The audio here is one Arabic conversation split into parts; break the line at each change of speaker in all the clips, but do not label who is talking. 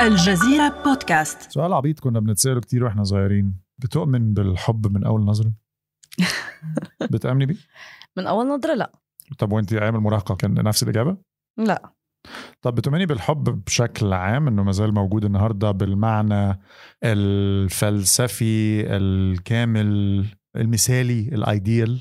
الجزيرة بودكاست
سؤال عبيط كنا بنتساله كتير واحنا صغيرين بتؤمن بالحب من اول نظره بتامني بيه
من اول نظره لا
طب وانت ايام المراهقه كان نفس الاجابه
لا
طب بتؤمني بالحب بشكل عام انه ما زال موجود النهارده بالمعنى الفلسفي الكامل المثالي الايديال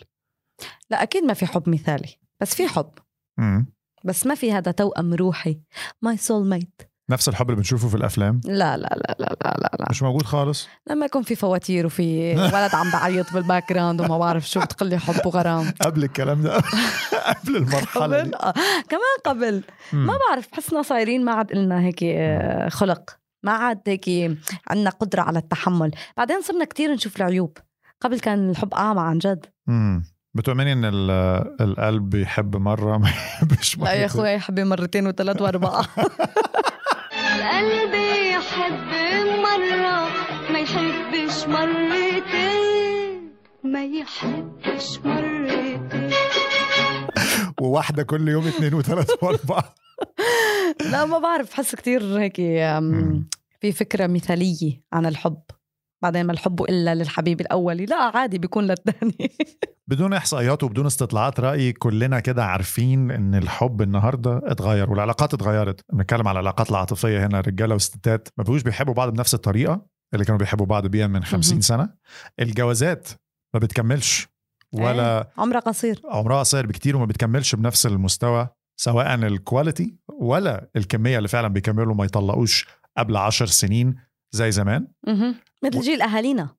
لا اكيد ما في حب مثالي بس في حب
مم.
بس ما في هذا توأم روحي ماي سول ميت
نفس الحب اللي بنشوفه في الافلام
لا لا لا لا لا لا, لا.
مش موجود خالص
لما يكون في فواتير وفي ولد عم بعيط بالباك جراوند وما بعرف شو بتقلي حب وغرام
قبل الكلام ده قبل المرحله دي
قبل آه. كمان قبل
مم.
ما بعرف بحسنا صايرين ما عاد إلنا هيك آه، خلق ما عاد هيك عندنا قدرة على التحمل بعدين صرنا كتير نشوف العيوب قبل كان الحب أعمى عن جد
مم. بتؤمني ان ال- القلب يحب مره ما يحبش مره
لا يا أخوي حبي مرتين وثلاث وأربعة
قلبي يحب مرة ما يحبش مرتين ما يحبش مرتين
وواحده كل يوم اثنين وثلاث واربعه
لا ما بعرف بحس كتير هيك آم،
مم.
في فكرة مثالية عن الحب بعدين ما الحب إلا للحبيب الأولي لا عادي بيكون للثاني
بدون احصائيات وبدون استطلاعات رايي كلنا كده عارفين ان الحب النهارده اتغير والعلاقات اتغيرت بنتكلم على العلاقات العاطفيه هنا رجاله وستات ما بقوش بيحبوا بعض بنفس الطريقه اللي كانوا بيحبوا بعض بيها من 50
مهم.
سنه الجوازات ما بتكملش ولا
عمره قصير
عمرها قصير بكتير وما بتكملش بنفس المستوى سواء الكواليتي ولا الكميه اللي فعلا بيكملوا ما يطلقوش قبل عشر سنين زي زمان
مهم. مثل
و-
جيل أهالينا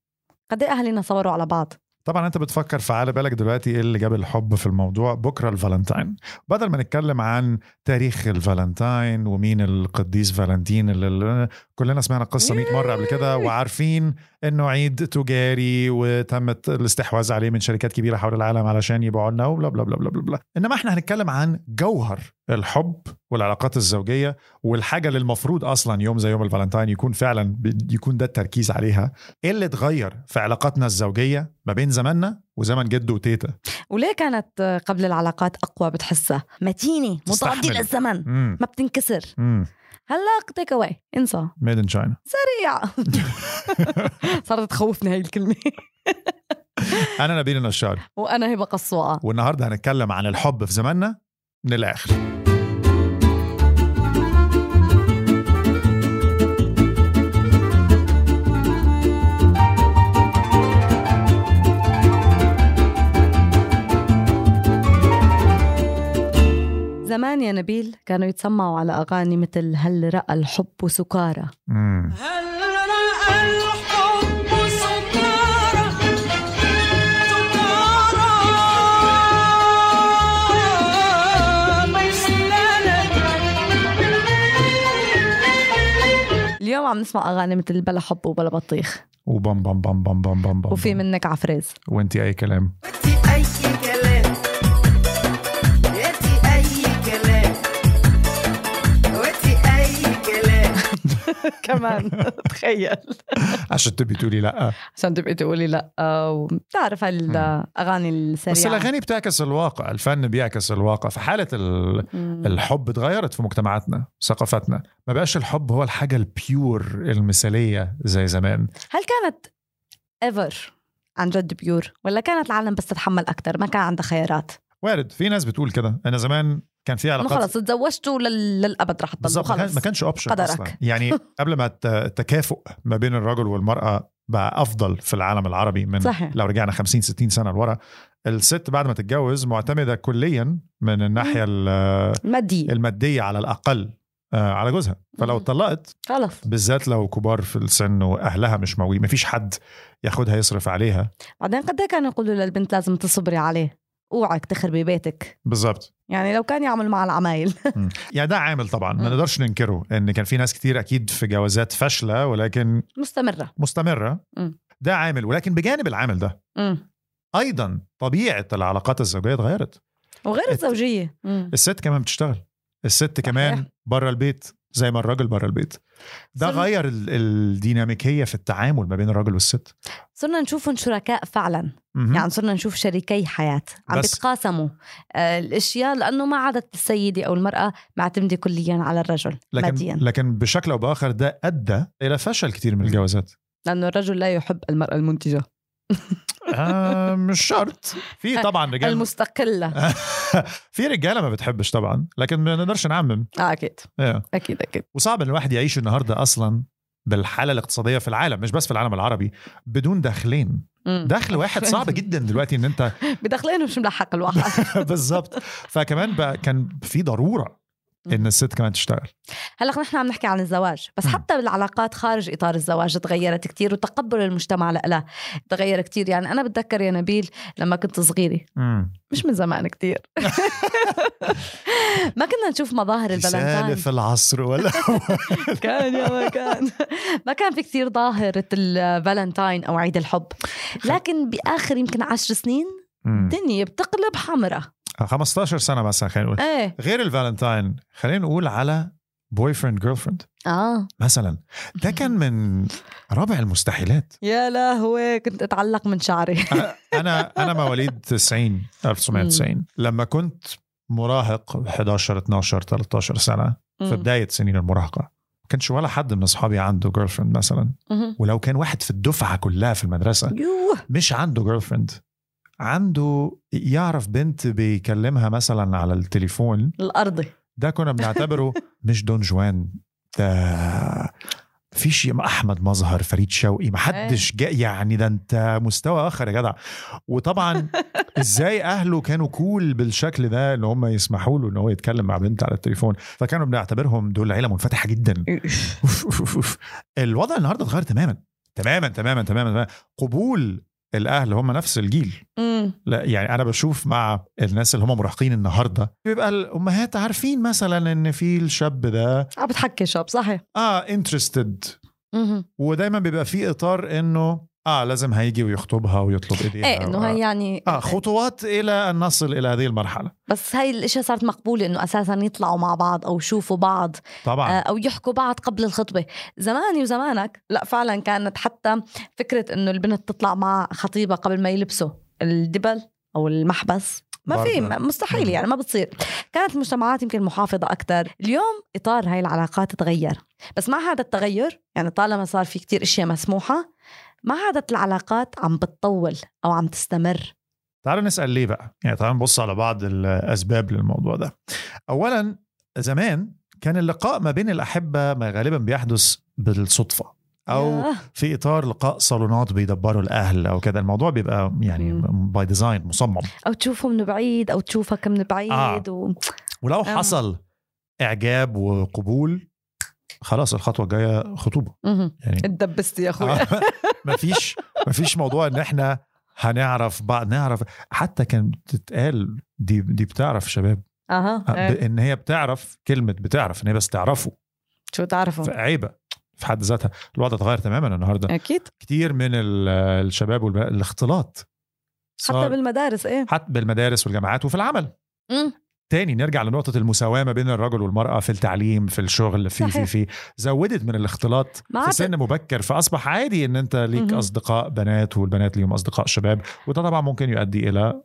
قد إيه أهالينا صوروا على بعض
طبعا انت بتفكر في عقل بالك دلوقتي ايه اللي جاب الحب في الموضوع بكره الفالنتين بدل ما نتكلم عن تاريخ الفالنتين ومين القديس فالنتين اللي- اللي كلنا سمعنا القصه 100 مره قبل كده وعارفين انه عيد تجاري وتم الت- الاستحواذ عليه من شركات كبيره حول العالم علشان يبيعوا لنا وبلا بلا بلا بلا بلا بلا انما احنا هنتكلم عن جوهر الحب والعلاقات الزوجيه والحاجه اللي المفروض اصلا يوم زي يوم الفالنتين يكون فعلا بي- يكون ده التركيز عليها ايه اللي اتغير في علاقاتنا الزوجيه ما بين زماننا وزمن جده وتيتا
وليه كانت آه، قبل العلاقات أقوى بتحسها متينة
تستحمل.
متعدية للزمن
امم
ما بتنكسر
امم
هلا تيك اواي انسى
ميد ان تشاينا
سريع صارت تخوفني هاي الكلمة
انا نبيل النشار
وأنا هبة قصوقة
والنهارده هنتكلم عن الحب في زماننا من الاخر
زمان يا نبيل كانوا يتسمعوا على أغاني مثل هل رأى الحب سكارى
امم
هل رأى الحب سكارى سكارى ما يسلنا
اليوم عم نسمع أغاني مثل بلا حب وبلا بطيخ
وبام بام بام بام بام بام بام
وفي منك عفريز
وانت اي كلام
انتي اي كلام انتي اي كلام انتي اي كلام
كمان تخيل
عشان تبي تقولي لا
عشان تبقي تقولي لا آه، وبتعرف هالاغاني السريعه
بس الاغاني بتعكس الواقع الفن بيعكس الواقع فحاله ال...
مم.
الحب اتغيرت في مجتمعاتنا ثقافتنا ما بقاش الحب هو الحاجه البيور المثاليه زي زمان
هل كانت ايفر عن جد بيور ولا كانت العالم بس تتحمل اكثر ما كان عندها خيارات
وارد في ناس بتقول كده انا زمان كان في
انه
علاقات
خلص تزوجتوا لل... للابد رح تضلوا
بالظبط ما كان-
خلص
ما كانش اوبشن
قدرك.
اصلا يعني قبل ما الت- التكافؤ ما بين الرجل والمراه بقى افضل في العالم العربي من
صحيح.
لو رجعنا 50 60 سنه لورا الست بعد ما تتجوز معتمده كليا من الناحيه ال-
مادي
الماديه على الاقل آه، على جوزها فلو
مم.
اتطلقت
خلص
بالذات لو كبار في السن واهلها مش موجودين مفيش حد ياخدها يصرف عليها
بعدين قد إيه كانوا يقولوا للبنت لازم تصبري عليه اوعك تخربي بيتك
بالظبط
يعني لو كان يعمل مع العمايل
يعني ده عامل طبعا ما
مم.
نقدرش ننكره ان كان في ناس كتير اكيد في جوازات فاشله ولكن
مستمره
مستمره
مم.
ده عامل ولكن بجانب العامل ده
مم.
ايضا طبيعه العلاقات الزوجيه اتغيرت
وغير
الت-
الزوجيه مم.
الست كمان بتشتغل الست كمان بره البيت زي ما الراجل بره البيت ده
صرنا-
غير ال- الديناميكيه في التعامل ما بين الراجل والست
صرنا نشوفهم شركاء فعلا
مهم.
يعني صرنا نشوف شريكي حياة عم
بس-
بيتقاسموا آه، الأشياء لأنه ما عادت السيدة أو المرأة معتمدة كليا على الرجل
لكن
ماديا
لكن بشكل او باخر ده ادى الى فشل كتير من الجوازات
لأنه الرجل لا يحب المرأة المنتجة
آه مش شرط في طبعا رجال
المستقلة
في رجاله ما بتحبش طبعا لكن ما نقدرش نعمم
آه أكيد
إيه.
أكيد أكيد
وصعب ان الواحد يعيش النهارده اصلا بالحاله الاقتصاديه في العالم مش بس في العالم العربي بدون دخلين
مم.
دخل واحد صعب جدا دلوقتي ان انت
بدخلين مش ملحق الواحد
بالظبط فكمان بقى كان في ضروره ان الست كمان تشتغل
هلا نحن عم نحكي عن الزواج بس
مم.
حتى بالعلاقات خارج اطار الزواج تغيرت كتير وتقبل المجتمع لها تغير كتير يعني انا بتذكر يا نبيل لما كنت صغيره
امم
مش من زمان كتير ما كنا نشوف مظاهر الفالنتاين
سالف العصر ولا
كان يا ما كان ما كان في كتير ظاهرة الفالنتاين أو عيد الحب لكن بآخر يمكن عشر سنين
مم.
الدنيا بتقلب حمرة
آه، 15 سنه مثلا خلينا نقول
ايه
غير الفالنتاين خلينا نقول على بوي فريند جيرل فريند
اه
مثلا ده كان من رابع المستحيلات
يا لهوي كنت اتعلق من شعري
انا انا مواليد 90 1990 لما كنت مراهق 11 12 13 سنه في بدايه سنين المراهقه ما كانش ولا حد من اصحابي عنده جيرل فريند مثلا
مم.
ولو كان واحد في الدفعه كلها في المدرسه
يوه
مش عنده جيرل فريند عنده يعرف بنت بيكلمها مثلا على التليفون
الأرضي
ده كنا بنعتبره مش دون جوان ده فيش يا احمد مظهر فريد شوقي محدش جاء يعني ده انت مستوى اخر يا جدع وطبعا ازاي اهله كانوا كول بالشكل ده ان هم يسمحوا له ان هو يتكلم مع بنت على التليفون فكانوا بنعتبرهم دول عيله منفتحه جدا أوف أوف أوف أوف. الوضع النهارده اتغير تماما تماما تماما تماما تماماً. قبول الاهل هم نفس الجيل
مم.
لا يعني انا بشوف مع الناس اللي هم مراهقين النهارده بيبقى الامهات عارفين مثلا ان في الشاب ده
عم بتحكي شاب صحيح
اه انترستد
مهم.
ودايما بيبقى في اطار انه اه لازم هيجي ويخطبها ويطلب ايديها
ايه انه هي
آه.
يعني
اه خطوات الى ان نصل الى هذه المرحله
بس هاي الاشياء صارت مقبوله انه اساسا يطلعوا مع بعض او يشوفوا بعض
طبعا
آه، او يحكوا بعض قبل الخطبه زماني وزمانك لا فعلا كانت حتى فكره انه البنت تطلع مع خطيبه قبل ما يلبسوا الدبل او المحبس ما في
برضه.
ما- مستحيل
مم.
يعني ما بتصير كانت المجتمعات يمكن محافظة أكثر اليوم إطار هاي العلاقات تغير بس مع هذا التغير يعني طالما صار في كتير إشياء مسموحة ما عادت العلاقات عم بتطول أو عم تستمر
تعالوا نسال ليه بقى يعني تعالوا نبص على بعض الاسباب للموضوع ده اولا زمان كان اللقاء ما بين الاحبه ما غالبا بيحدث بالصدفه او
ياه.
في اطار لقاء صالونات بيدبروا الاهل او كده الموضوع بيبقى يعني باي ديزاين مصمم
أو تشوفه من بعيد أو تشوفك من بعيد
آه.
و...
ولو
آه.
حصل اعجاب وقبول خلاص الخطوه الجايه خطوبه
مهم.
يعني
اتدبستي يا أخوي
مفيش مفيش موضوع ان احنا هنعرف بعض نعرف حتى كان تتقال دي دي بتعرف شباب
أها إيه.
ان آه، هي بتعرف كلمه بتعرف ان هي بس تعرفه
شو تعرفه
عيبه في حد ذاتها الوضع اتغير تماما النهارده
اكيد
كتير من ال- آه، الشباب والبنات الاختلاط
حتى
صار
بالمدارس ايه
حتى بالمدارس والجامعات وفي العمل تاني نرجع لنقطة المساواة ما بين الرجل والمرأة في التعليم في الشغل في
صحيح.
في في زودت من الاختلاط
ما
في
عاد-
سن مبكر فأصبح عادي إن أنت ليك
مهم.
أصدقاء بنات والبنات ليهم أصدقاء شباب وده طبعا ممكن يؤدي إلى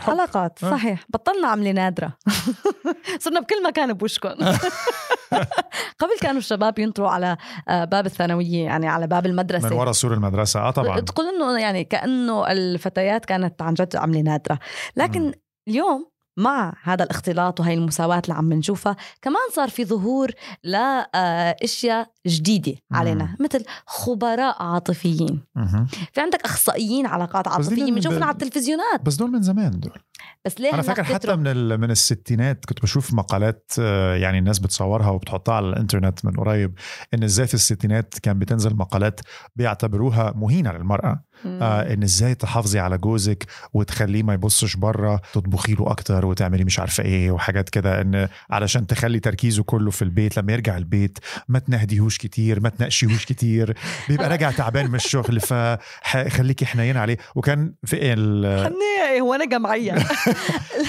حب.
حلقات
آه.
صحيح بطلنا عملة نادرة صرنا بكل مكان بوشكم قبل كانوا الشباب ينطروا على آه، باب الثانوية يعني على باب
من
المدرسة
وراء سور المدرسة أه طبعا
تقول انه يعني كانه الفتيات كانت عن جد عملة نادرة لكن
مم.
اليوم مع هذا الاختلاط وهي المساواة اللي عم نشوفها كمان صار في ظهور لأشياء جديدة علينا مثل خبراء عاطفيين
مهم.
في عندك أخصائيين علاقات
بس دي
عاطفية
من-
بنشوفهم على التلفزيونات
بس دول من زمان دول
بس ليه
انا
هلا
فاكر
كتروا؟
حتى من ال- من الستينات كنت بشوف مقالات آه، يعني الناس بتصورها وبتحطها على الانترنت من قريب ان ازاي في الستينات كان بتنزل مقالات بيعتبروها مهينه للمراه آه ان ازاي تحافظي على جوزك وتخليه ما يبصش بره تطبخي له اكتر وتعملي مش عارفه ايه وحاجات كده ان علشان تخلي تركيزه كله في البيت لما يرجع البيت ما تنهديهوش كتير ما تناقشيهوش كتير بيبقى راجع تعبان من الشغل فخليكي حنين عليه وكان في ال...
خلني هو انا جمعيه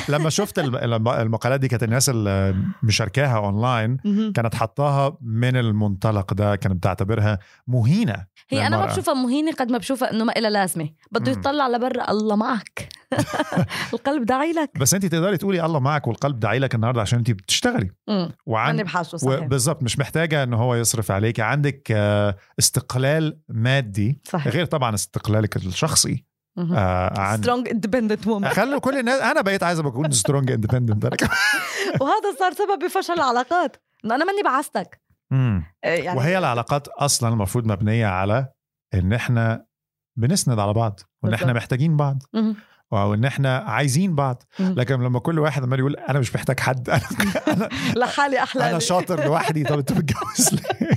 لما شفت الم- الم- المقالات دي كانت الناس اللي مشاركاها اونلاين
مهم.
كانت حطاها من المنطلق ده كانت بتعتبرها مهينه
هي انا ما
للمرأة.
بشوفها مهينه قد ما بشوفها انه ما إلها لازمه بده
مم.
يطلع لبرا الله معك القلب داعي لك
بس انت تقدري تقولي الله معك والقلب داعي لك النهارده عشان انت بتشتغلي
مم. عن
وعن
بحاجه صحيح
بالظبط مش محتاجه ان هو يصرف عليك عندك آه، استقلال مادي
صحيح
غير طبعا استقلالك الشخصي
مهم.
آه، عن
سترونج اندبندنت وومن
خلوا كل الناس انا بقيت عايز ابقى اكون سترونج اندبندنت
وهذا صار سبب بفشل العلاقات انه انا ماني بعثتك آه، يعني
وهي العلاقات اصلا المفروض مبنيه على ان احنا بنسند على بعض وان احنا
بالظبط.
محتاجين بعض
مهم.
وان احنا عايزين بعض
مم.
لكن لما كل واحد عمال يقول انا مش محتاج حد انا انا,
لحالي احلى
أنا
لي.
شاطر لوحدي طب انت متجوز ليه؟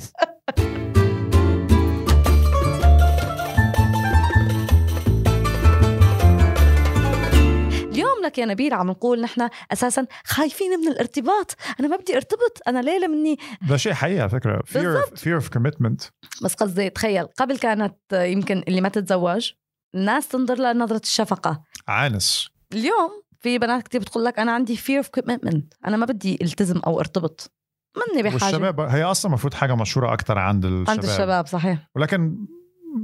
اليوم لك يا نبيل عم نقول نحن اساسا خايفين من الارتباط انا ما بدي ارتبط انا ليله مني
ده شيء حقيقي على فكره fear of, fear of commitment
بس قصدي تخيل قبل كانت آه، يمكن اللي ما تتزوج الناس تنظر لها نظره الشفقه
عانس
اليوم في بنات كتير بتقول لك انا عندي fear of commitment انا ما بدي التزم او ارتبط مني بحاجه
والشباب هي اصلا المفروض حاجه مشهوره اكتر عند الشباب
عند الشباب صحيح
ولكن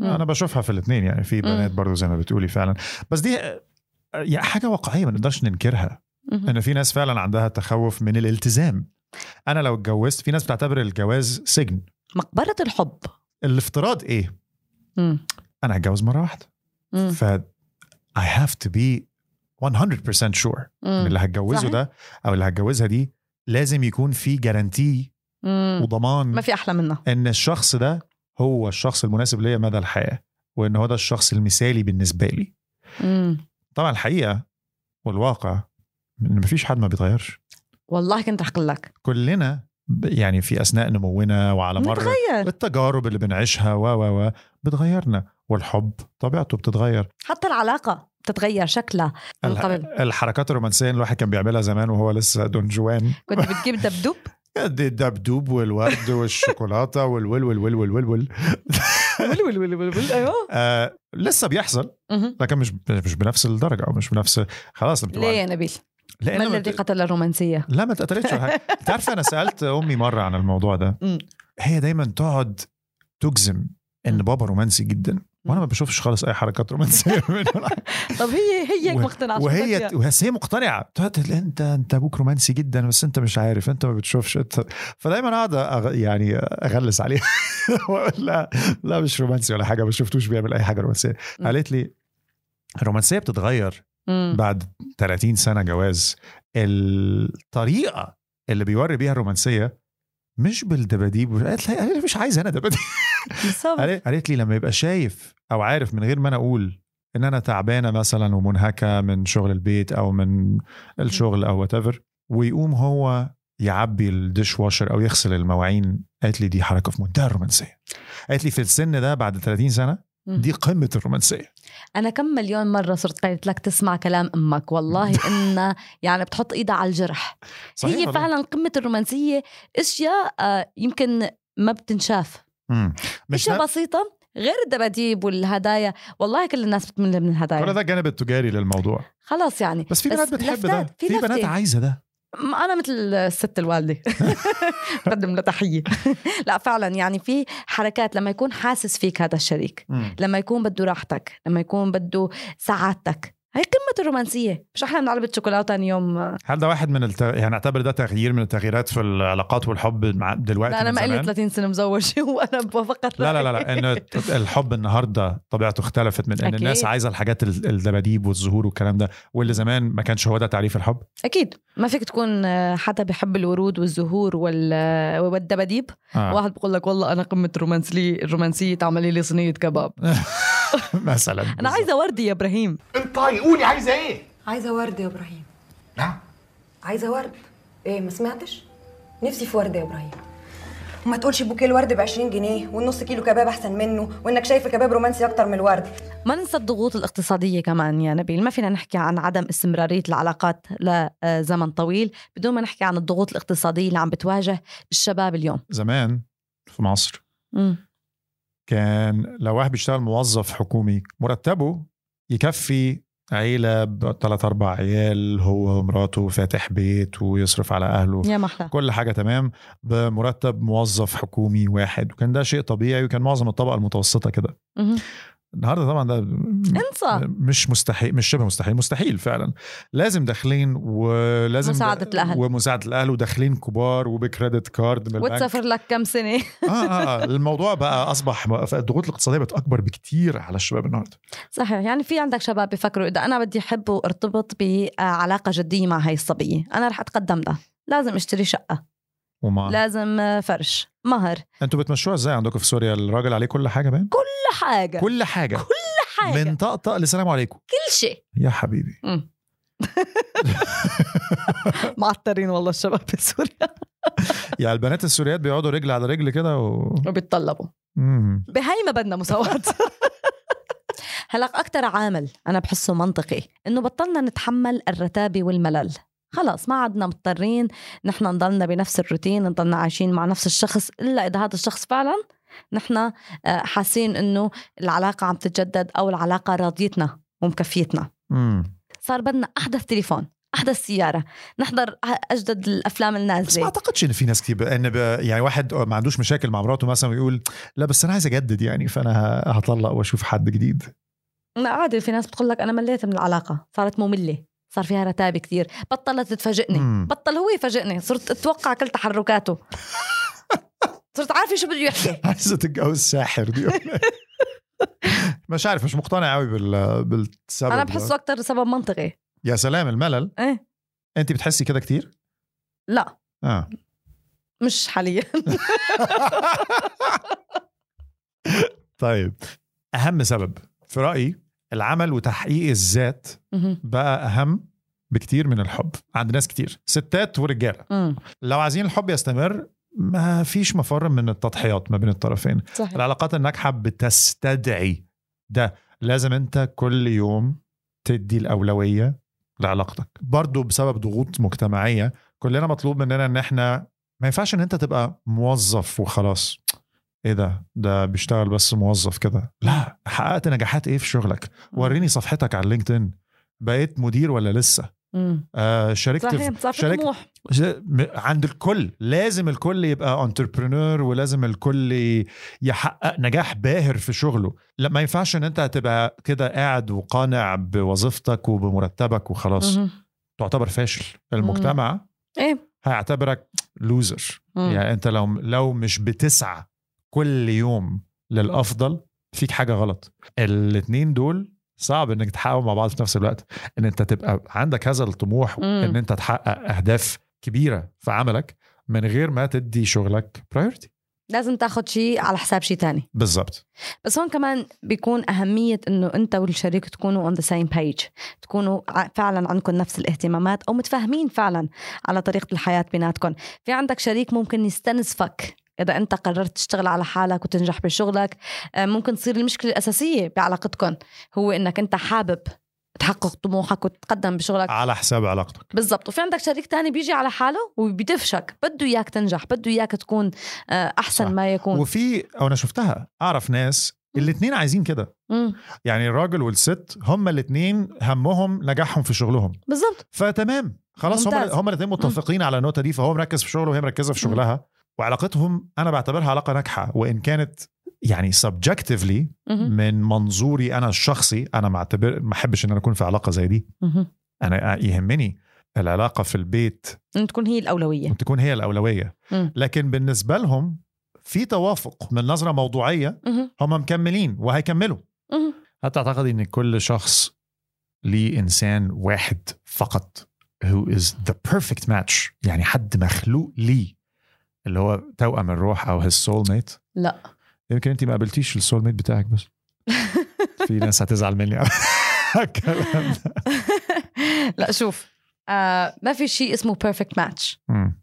انا بشوفها في الاثنين يعني في بنات برضو زي ما بتقولي فعلا بس دي آه، يعني حاجه واقعيه ما نقدرش ننكرها
مهم.
ان في ناس فعلا عندها تخوف من الالتزام انا لو اتجوزت في ناس بتعتبر الجواز سجن
مقبره الحب
الافتراض ايه
مم.
انا هتجوز مره واحده
مم.
ف I have to be 100% sure
مم.
إن اللي هتجوزه
صحيح.
ده او اللي هتجوزها دي لازم يكون في جارانتي
مم. ما
وضمان
في احلى منها
ان الشخص ده هو الشخص المناسب ليا مدى الحياه وان هو ده الشخص المثالي بالنسبه لي
مم.
طبعا الحقيقه والواقع ان مفيش حد ما بيتغيرش
والله كنت رح اقول لك
كلنا ب- يعني في اثناء نمونا وعلى مر
بتغير
التجارب اللي بنعيشها و و و بتغيرنا والحب طبيعته بتتغير
حتى العلاقه بتتغير شكلها من
الح-
قبل
الحركات الرومانسيه اللي الواحد كان بيعملها زمان وهو لسه دون جوان
كنت بتجيب دبدوب
دي الدبدوب والورد والشوكولاته والول والول والول وال
ول ول ول ول ول ايوه
آه لسه بيحصل
مهم.
لكن مش مش بنفس الدرجه او مش بنفس خلاص لما
ليه
تبقى-
يا نبيل؟ ما
لأن ما
الذي
بت-
قتل الرومانسيه؟
لا ما اتقتلتش ولا حاجه انت عارفه انا سالت امي مره عن الموضوع ده
مم.
هي دايما تقعد تجزم ان بابا رومانسي جدا وانا ما بشوفش خالص اي حركات رومانسيه منه ولا
طب هي هي هيك
و-
مقتنعه شو بدها
وهي
فيها؟
وهي هي مقتنعه تقعد تقول انت انت ابوك رومانسي جدا بس انت مش عارف انت ما بتشوفش انت فدايما اقعد أغ... يعني اغلس عليها واقول لا لا مش رومانسي ولا حاجه ما شفتوش بيعمل اي حاجه رومانسيه
م.
قالت لي الرومانسيه بتتغير
مم.
بعد 30 سنه جواز الطريقه اللي بيوري بيها الرومانسيه مش بالدباديب قالت لي قالت لي مش عايز انا دباديب
بالظبط.
قالت قالت لي لما يبقى شايف او عارف من غير ما انا اقول ان انا تعبانه مثلا ومنهكه من شغل البيت او من الشغل او whatever ويقوم هو يعبي الديش واشر او يغسل المواعين قالت لي دي حركه في منتهى الرومانسيه قالت لي في السن ده بعد 30 سنه
مم.
دي قمه الرومانسيه
أنا كم مليون مرة صرت قالت لك تسمع كلام أمك والله إنها يعني بتحط إيدها على الجرح
صحيح
هي
ولا لا؟
فعلا قمة الرومانسية أشياء آه، يمكن ما بتنشاف
مم. مش
أشياء
نا-
بسيطة غير الدباديب والهدايا والله كل الناس بتمل من
ولا
الهدايا
ده الجانب التجاري للموضوع
خلاص يعني
بس في بنات بتحب ده
لفتات- في
في
لفتة.
بنات عايزه ده
م- انا مثل الست الوالده بقدم لها تحيه لا فعلا يعني في حركات لما يكون حاسس فيك هذا الشريك لما يكون بده راحتك لما يكون بده سعادتك هي قمة الرومانسية مش أحلى من علبة شوكولاتة عن يوم لا
هل ده واحد من الت... يعني اعتبر ده تغيير من التغييرات في العلاقات والحب مع دلوقتي
أنا
من
ما
زمان؟
لي 30 سنة مزوجة وأنا بفقد
لا لا لا لا ان الحب النهارده طبيعته اختلفت من ان
أكيد.
الناس عايزه الحاجات ال- الدباديب والزهور والكلام ده واللي زمان ما كانش هو ده تعريف الحب
أكيد ما فيك تكون آه، حدا بحب الورود والزهور وال- والدباديب
آه.
واحد بقول لك والله أنا قمة الرومانسية الرومانسية تعملي لي صينية كباب
مثلا
أنا عايزة وردي يا إبراهيم
انطقي قولي عايزه ايه
عايزة ورد يا إبراهيم
نعم
عايزة ورد إيه ما سمعتش؟ نفسي في ورد يا إبراهيم
وما تقولش بوكيه الورد ب 20 جنيه والنص كيلو كباب احسن منه وانك شايف الكباب رومانسي اكتر من الورد
ما ننسى الضغوط الاقتصادية كمان يا نبيل ما فينا نحكي عن عدم استمرارية العلاقات لزمن طويل بدون ما نحكي عن الضغوط الاقتصادية اللي عم بتواجه الشباب اليوم
زمان في مصر
مم.
كان لو واحد بيشتغل موظف حكومي مرتبه يكفي عيلة بثلاث أربع عيال هو ومراته فاتح بيت ويصرف على أهله
يا محلى
كل حاجة تمام بمرتب موظف حكومي واحد وكان ده شيء طبيعي وكان معظم الطبقة المتوسطة كده
مم.
النهاردة طبعا ده
انسى
مش مستحيل مش شبه مستحيل مستحيل فعلا لازم داخلين ولازم
مساعدة الأهل.
ومساعدة الأهل وداخلين كبار وبكريدت كارد من البنك
وتسافر لك كم سنة
آه, آه, اه الموضوع بقى اصبح الضغوط الاقتصاديه بقت اكبر بكتير على الشباب النهارده
صحيح يعني في عندك شباب بيفكروا اذا انا بدي احب وارتبط بعلاقه جديه مع هاي الصبيه انا رح اتقدم لها لازم اشتري شقه
وما
لازم آه، فرش مهر
انتوا بتمشوها ازاي عندكم في سوريا الراجل عليه كل حاجه باين
كل حاجه كل
كل حاجه
حاجه
من طقطق لسلام عليكم
كل شيء
يا حبيبي
مم. معطرين والله الشباب بسوريا
يعني البنات السوريات بيقعدوا رجل على رجل كده و...
وبيتطلبوا
مم.
بهي ما بدنا مساواة هلا أكتر عامل أنا بحسه منطقي إنه بطلنا نتحمل الرتابة والملل خلص ما عدنا مضطرين نحن نضلنا بنفس الروتين نضلنا عايشين مع نفس الشخص إلا إذا هذا الشخص فعلا نحن آه، حاسين إنه العلاقة عم تتجدد أو العلاقة راضيتنا ومكفيتنا
مم.
صار بدنا أحدث تليفون أحدث سيارة نحضر أجدد الأفلام
بس ما
النازلة
اعتقدش ان في ناس كتير بقى- ان بقى- يعني واحد ما عندوش مشاكل مع مراته مثلا ويقول لا بس انا عايز اجدد يعني فانا ه- هطلق واشوف حد جديد
لا عادي في ناس بتقول لك انا مليت من العلاقه صارت ممله صار فيها رتابه كثير بطلت تفاجئني
مم.
بطل هو يفاجئني صرت اتوقع كل تحركاته صرت عارفه شو بده يحكي
عايزه تتجوز ساحر دي مش عارف مش مقتنع قوي بال... بالسبب
انا
ده.
بحسه اكثر سبب منطقي
يا سلام الملل
ايه
انت بتحسي كده كتير
لا
اه
مش حاليا
طيب اهم سبب في رايي العمل وتحقيق الذات
مهم.
بقى اهم بكتير من الحب عند ناس كتير ستات ورجاله
مم.
لو عايزين الحب يستمر ما فيش مفر من التضحيات ما بين الطرفين
صحيح
العلاقات الناجحه بتستدعي ده لازم انت كل يوم تدي الاولويه لعلاقتك برضو بسبب ضغوط مجتمعيه كلنا مطلوب مننا ان احنا ما ينفعش ان انت تبقى موظف وخلاص ايه ده ده بيشتغل بس موظف كده لا حققت نجاحات ايه في شغلك وريني صفحتك على لينكدين بقيت مدير ولا لسه
مم.
آه شاركت في
صحيح صار في
شاركت-
طموح
م- عند الكل لازم الكل يبقى انتربرنور ولازم الكل يحقق نجاح باهر في شغله لا ما ينفعش ان انت هتبقى كده قاعد وقانع بوظيفتك وبمرتبك وخلاص
مهم.
تعتبر فاشل المجتمع
ايه
هيعتبرك لوزر
مم.
يعني انت لو لو مش بتسعى كل يوم للافضل فيك حاجه غلط الاتنين دول صعب انك تحققوا مع بعض في نفس الوقت ان انت تبقى عندك هذا الطموح
مم.
ان انت تحقق اهداف كبيره في عملك من غير ما تدي شغلك برايورتي
لازم تاخذ شيء على حساب شيء تاني
بالظبط
بس هون كمان بيكون أهمية إنه أنت والشريك تكونوا on the same page تكونوا ع- فعلا عندكم نفس الاهتمامات أو متفاهمين فعلا على طريقة الحياة بيناتكم في عندك شريك ممكن يستنزفك إذا أنت قررت تشتغل على حالك وتنجح بشغلك آه، ممكن تصير المشكلة الأساسية بعلاقتكم هو إنك أنت حابب تحقق طموحك وتتقدم بشغلك
على حساب علاقتك
بالضبط وفي عندك شريك تاني بيجي على حاله وبيدفشك بده إياك تنجح بده إياك تكون آه،
صح.
أحسن ما يكون
وفي او انا شفتها اعرف ناس الاتنين عايزين كده
مم،
يعني الراجل والست هما الاتنين همهم نجاحهم في شغلهم
بالضبط
فتمام خلاص هم
ممتاز.
هم الاثنين متفقين على النقطه دي فهو مركز في شغله وهي مركزه في
مم.
شغلها وعلاقتهم انا بعتبرها علاقه ناجحه وان كانت يعني سبجكتيفلي
مهم،
من منظوري انا الشخصي انا ما اعتبر ما احبش ان انا اكون في علاقه زي دي
مهم.
انا يهمني العلاقه في البيت
أن تكون هي الأولوية
تكون هي الاولويه
مم.
لكن بالنسبه لهم في توافق من نظره موضوعيه
مهم.
هم مكملين وهيكملوا
مهم.
هل تعتقدي ان كل شخص ليه انسان واحد فقط who is the perfect match يعني حد مخلوق ليه اللي هو توأم الروح او his soulmate
لا
يمكن انت ما قابلتيش السول ميت بتاعك بس في ناس هتزعل مني على الكلام ده.
لا شوف آه ما في شيء اسمه بيرفكت ماتش
مم.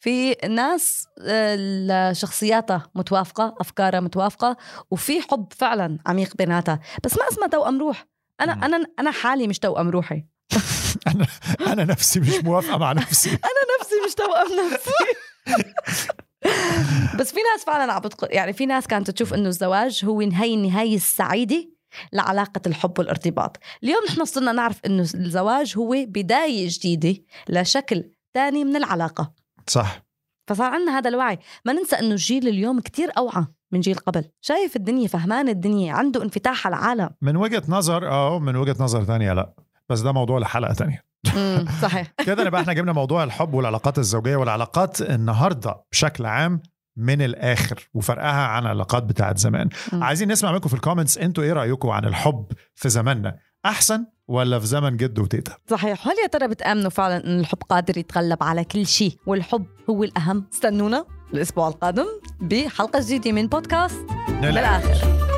في ناس آه، شخصياتها متوافقه افكارها متوافقه وفي حب فعلا عميق بيناتها بس ما اسمها توأم روح انا
مم.
انا انا حالي مش توأم روحي
انا انا نفسي مش موافقه مع نفسي
انا نفسي مش توأم نفسي بس في ناس فعلا عم بتق... يعني في ناس كانت تشوف انه الزواج هو هي النهايه السعيده لعلاقة الحب والارتباط اليوم نحن صرنا نعرف أنه الزواج هو بداية جديدة لشكل تاني من العلاقة
صح
فصار عندنا هذا الوعي ما ننسى أنه الجيل اليوم كتير أوعى من جيل قبل شايف الدنيا فهمان الدنيا عنده انفتاح على العالم
من وجهه نظر اه من وجهه نظر تانية لا بس ده موضوع لحلقه تانية
مم، صحيح
كده نبقى احنا جبنا موضوع الحب والعلاقات الزوجيه والعلاقات النهارده بشكل عام من الاخر وفرقها عن العلاقات بتاعت زمان
مم.
عايزين نسمع منكم في الكومنتس انتوا ايه رايكم عن الحب في زماننا احسن ولا في زمن جد وتيتا
صحيح هل يا ترى بتآمنوا فعلا أن الحب قادر يتغلب على كل شيء والحب هو الأهم استنونا الأسبوع القادم بحلقة جديدة من بودكاست
نلعب
بالآخر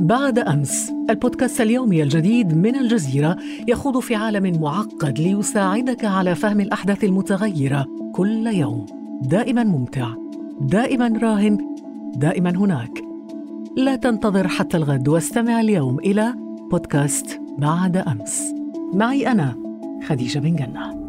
بعد امس البودكاست اليومي الجديد من الجزيره يخوض في عالم معقد ليساعدك على فهم الاحداث المتغيره كل يوم دائما ممتع دائما راهن دائما هناك لا تنتظر حتى الغد واستمع اليوم الى بودكاست بعد امس معي انا خديجه بن جنه